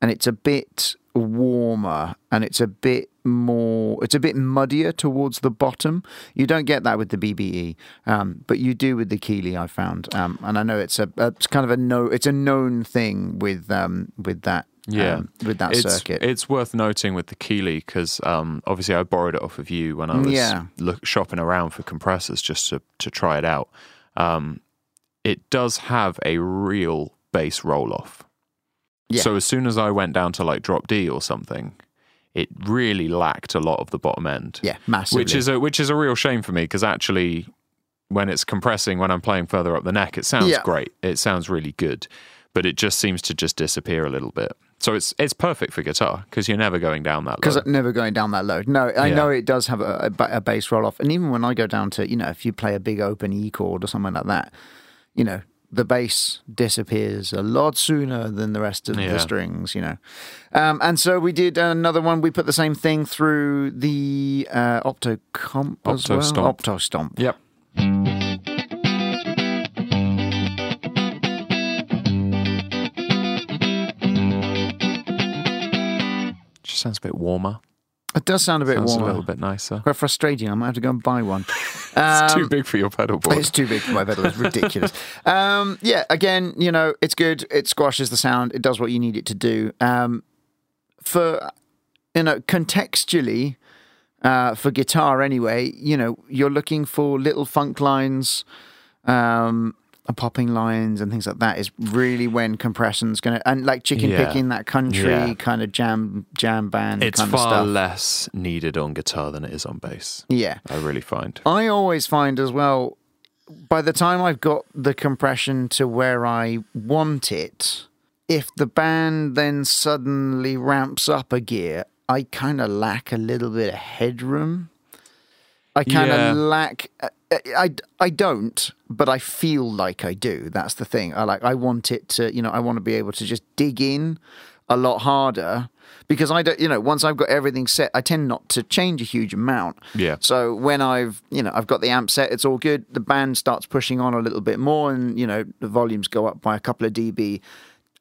Speaker 2: and it's a bit warmer and it's a bit more it's a bit muddier towards the bottom you don't get that with the bbe um, but you do with the keeley i found um, and i know it's a, a it's kind of a no it's a known thing with um with that
Speaker 1: Yeah.
Speaker 2: um, with that
Speaker 1: it's,
Speaker 2: circuit
Speaker 1: It's worth noting with the Keeley because um, obviously I borrowed it off of you when I was
Speaker 2: Yeah.
Speaker 1: look, shopping around for compressors just to, to try it out. Um, it does have a real bass roll off.
Speaker 2: Yeah.
Speaker 1: So as soon as I went down to like drop D or something, it really lacked a lot of the bottom end.
Speaker 2: yeah massively
Speaker 1: which is a which is a real shame for me because actually when it's compressing when I'm playing further up the neck it sounds
Speaker 2: Yeah.
Speaker 1: great it sounds really good but it just seems to just disappear a little bit so it's it's perfect for guitar because you're never going down that
Speaker 2: Because
Speaker 1: low
Speaker 2: I'm never going down that low. No, I
Speaker 1: Yeah.
Speaker 2: know it does have a, a, ba- a bass roll off. And even when I go down to, you know, if you play a big open E chord or something like that, you know, the bass disappears a lot sooner than the rest of
Speaker 1: Yeah.
Speaker 2: the strings, you know. Um, and so we did another one. We put the same thing through the uh, Opto Comp as well.
Speaker 1: Optostomp.
Speaker 2: Opto Stomp.
Speaker 1: Yep. Just sounds a bit warmer.
Speaker 2: It does sound a bit
Speaker 1: Sounds
Speaker 2: warmer.
Speaker 1: a little bit nicer.
Speaker 2: Quite frustrating. I might have to go and buy one. Um,
Speaker 1: it's too big for your pedal board.
Speaker 2: It's too big for my pedal. It's ridiculous. um, yeah, again, you know, it's good. It squashes the sound. It does what you need it to do. Um, for you know, contextually, uh, for guitar anyway, you know, you're looking for little funk lines, um, and popping lines, and things like that. Is really when compression's gonna and like chicken
Speaker 1: Yeah.
Speaker 2: picking that country
Speaker 1: Yeah.
Speaker 2: kind of jam jam band
Speaker 1: It's
Speaker 2: kind
Speaker 1: far
Speaker 2: of stuff.
Speaker 1: less needed on guitar than it is on bass.
Speaker 2: yeah,
Speaker 1: I really find.
Speaker 2: I always find as well, by the time I've got the compression to where I want it, if the band then suddenly ramps up a gear, I kind of lack a little bit of headroom. I kind of
Speaker 1: Yeah.
Speaker 2: lack. I, I, I don't, but I feel like I do. That's the thing. I like. I want it to. You know, I want to be able to just dig in a lot harder because I don't. You know, once I've got everything set, I tend not to change a huge amount.
Speaker 1: Yeah.
Speaker 2: So when I've you know I've got the amp set, it's all good. The band starts pushing on a little bit more, and you know the volumes go up by a couple of dB.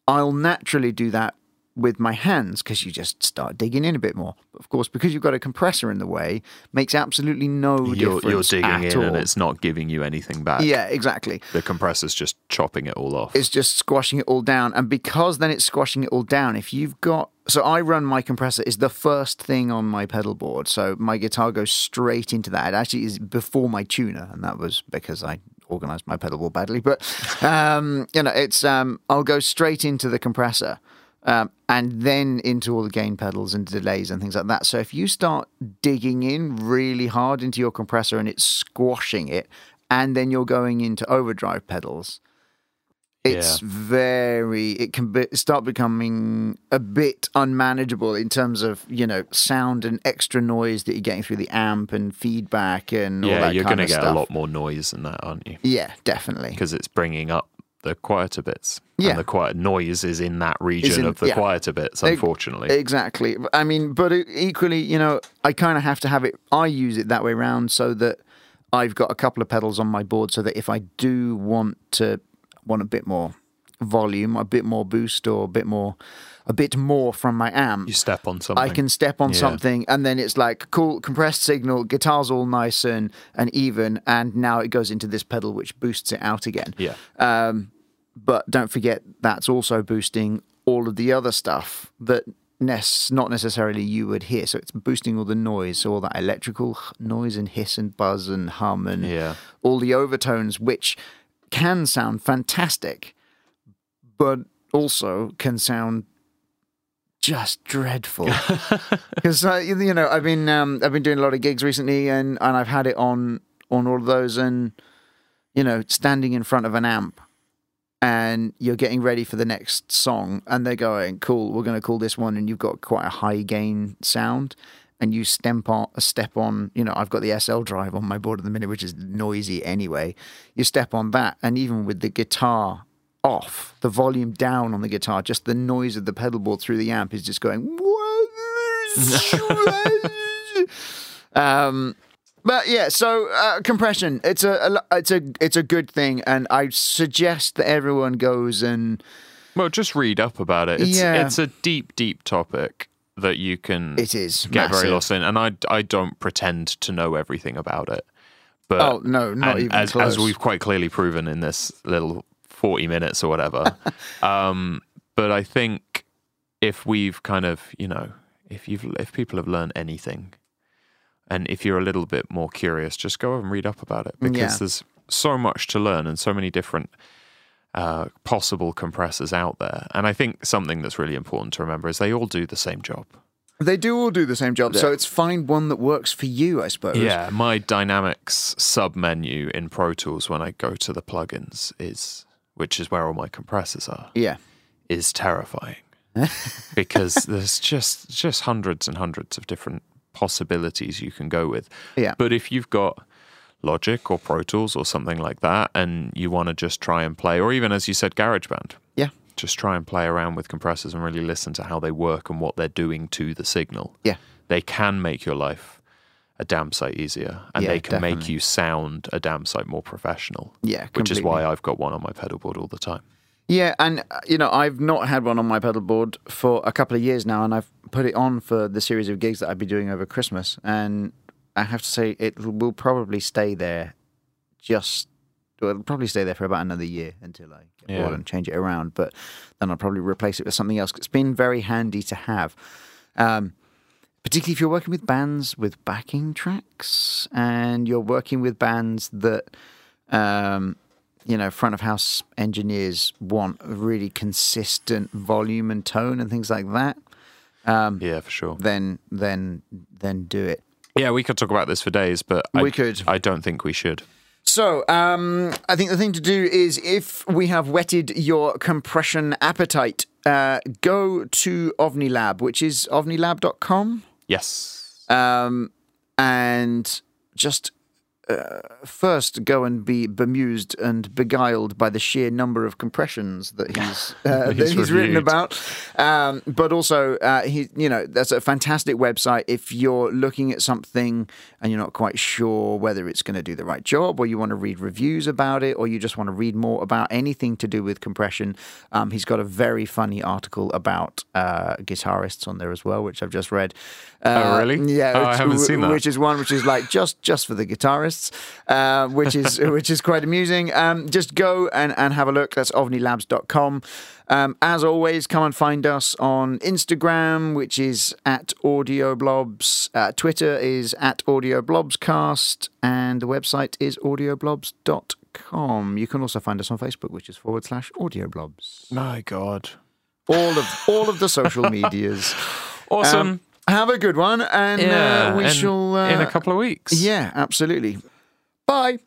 Speaker 2: I'll naturally do that with my hands because you just start digging in a bit more. Of course, because you've got a compressor in the way, makes absolutely no
Speaker 1: You're, you're
Speaker 2: difference
Speaker 1: digging
Speaker 2: at
Speaker 1: in
Speaker 2: all.
Speaker 1: and it's not giving you anything back.
Speaker 2: yeah, exactly.
Speaker 1: The compressor's just chopping it all off.
Speaker 2: It's just squashing it all down, and because then it's squashing it all down. If you've got so I run my compressor is the first thing on my pedal board, so my guitar goes straight into that. It actually is before my tuner, and that was because I organized my pedal board badly. But um, you know, it's um, I'll go straight into the compressor. um, and then into all the gain pedals and delays and things like that. So if you start digging in really hard into your compressor and it's squashing it, and then you're going into overdrive pedals, it's very it can be, start becoming a bit unmanageable in terms of you know sound and extra noise that you're getting through the amp and feedback and all
Speaker 1: yeah,
Speaker 2: that
Speaker 1: you're
Speaker 2: kind
Speaker 1: going to
Speaker 2: of
Speaker 1: get
Speaker 2: stuff.
Speaker 1: a lot more noise than that, aren't you?
Speaker 2: Yeah, definitely.
Speaker 1: Because it's bringing up the quieter bits.
Speaker 2: Yeah.
Speaker 1: And the quiet noise is in that region
Speaker 2: in-
Speaker 1: of the
Speaker 2: yeah.
Speaker 1: quieter bits, unfortunately.
Speaker 2: Exactly. I mean, but it, equally, you know, I kind of have to have it. I use it that way round so that I've got a couple of pedals on my board so that if I do want to want a bit more volume, a bit more boost, or a bit more, a bit more from my amp,
Speaker 1: you step on something.
Speaker 2: I can step on
Speaker 1: Yeah.
Speaker 2: something, and then it's like cool compressed signal, guitar's all nice and and even, and now it goes into this pedal which boosts it out again. Um,
Speaker 1: Yeah.
Speaker 2: But don't forget that's also boosting all of the other stuff that nes not necessarily you would hear. So it's boosting all the noise, so all that electrical h- noise and hiss and buzz and hum and
Speaker 1: Yeah.
Speaker 2: all the overtones, which can sound fantastic, but also can sound just dreadful. Because uh, you you know, I've been um, I've been doing a lot of gigs recently, and and I've had it on on all of those, and you know, standing in front of an amp, and you're getting ready for the next song, and they're going, "Cool, we're going to call this one," and you've got quite a high gain sound. And you stamp on, step on, you know, I've got the SL drive on my board at the minute, which is noisy anyway. You step on that, and even with the guitar off, the volume down on the guitar, just the noise of the pedal board through the amp is just going. um, but yeah, so uh, compression. It's a, a lo- it's a it's a good thing, and I suggest that everyone goes and
Speaker 1: Well, just read up about it. It's,
Speaker 2: Yeah.
Speaker 1: it's a deep, deep topic that you can
Speaker 2: it is
Speaker 1: get
Speaker 2: massive.
Speaker 1: very lost in. And I, I don't pretend to know everything about it. But
Speaker 2: Oh no, not
Speaker 1: uh, and
Speaker 2: even
Speaker 1: as,
Speaker 2: close.
Speaker 1: as we've quite clearly proven in this little 40 minutes or whatever. um, but I think if we've kind of, you know, if you've if people have learned anything and if you're a little bit more curious, just go and read up about it because
Speaker 2: Yeah.
Speaker 1: there's so much to learn and so many different uh, possible compressors out there. And I think something that's really important to remember is they all do the same job.
Speaker 2: they do all do the same job, so it's find one that works for you, I suppose.
Speaker 1: Yeah, my dynamics sub menu in Pro Tools when I go to the plugins is which is where all my compressors are
Speaker 2: yeah,
Speaker 1: is terrifying because there's just just hundreds and hundreds of different possibilities you can go with.
Speaker 2: Yeah.
Speaker 1: But if you've got Logic or Pro Tools or something like that, and you want to just try and play, or even as you said, GarageBand.
Speaker 2: Yeah.
Speaker 1: Just try and play around with compressors and really listen to how they work and what they're doing to the signal.
Speaker 2: Yeah.
Speaker 1: They can make your life a damn sight easier and
Speaker 2: Yeah,
Speaker 1: they can make
Speaker 2: definitely.
Speaker 1: you sound a damn sight more professional.
Speaker 2: Yeah,
Speaker 1: Which is
Speaker 2: completely.
Speaker 1: why I've got one on my pedal board all the time.
Speaker 2: Yeah, and uh, you know, I've not had one on my pedal board for a couple of years now, and I've put it on for the series of gigs that I'd be doing over Christmas, and I have to say it will probably stay there, just well, it'll probably stay there for about another year until I get
Speaker 1: Yeah.
Speaker 2: bored and change it around, but then I'll probably replace it with something else. it it's been very handy to have. Um, particularly if you're working with bands with backing tracks and you're working with bands that um, you know front of house engineers want a really consistent volume and tone and things like that Um,
Speaker 1: Yeah, for sure.
Speaker 2: then then then do it
Speaker 1: Yeah, we could talk about this for days, but I,
Speaker 2: We could.
Speaker 1: I don't think we should.
Speaker 2: So, um, I think the thing to do is if we have whetted your compression appetite, uh, go to OVNILAB, which is ovnilab.com,
Speaker 1: Yes.
Speaker 2: um, and just uh, first go and be bemused and beguiled by the sheer number of compressions that he's, uh, that
Speaker 1: He's
Speaker 2: he's written
Speaker 1: reviewed.
Speaker 2: about. Um, but also, uh, he, you know, that's a fantastic website if you're looking at something and you're not quite sure whether it's going to do the right job, or you want to read reviews about it, or you just want to read more about anything to do with compression. Um, he's got a very funny article about uh, guitarists on there as well, which I've just read. Uh,
Speaker 1: really?
Speaker 2: Yeah,
Speaker 1: Oh, I
Speaker 2: which-
Speaker 1: haven't seen that.
Speaker 2: Which is one which is like just just for the guitarists, uh, which is which is quite amusing. Um, just go and, and have a look. That's ovnilabs.com. Um, as always, come and find us on Instagram, which is at audioblobs. Uh, Twitter is at audioblobscast, and the website is audioblobs.com. You can also find us on Facebook, which is forward slash audioblobs.
Speaker 1: My God.
Speaker 2: Um, All of all of the social medias.
Speaker 1: Awesome.
Speaker 2: Um, have a good one, and uh, we
Speaker 1: and
Speaker 2: shall uh,
Speaker 1: in a couple of weeks.
Speaker 2: yeah, absolutely. Bye.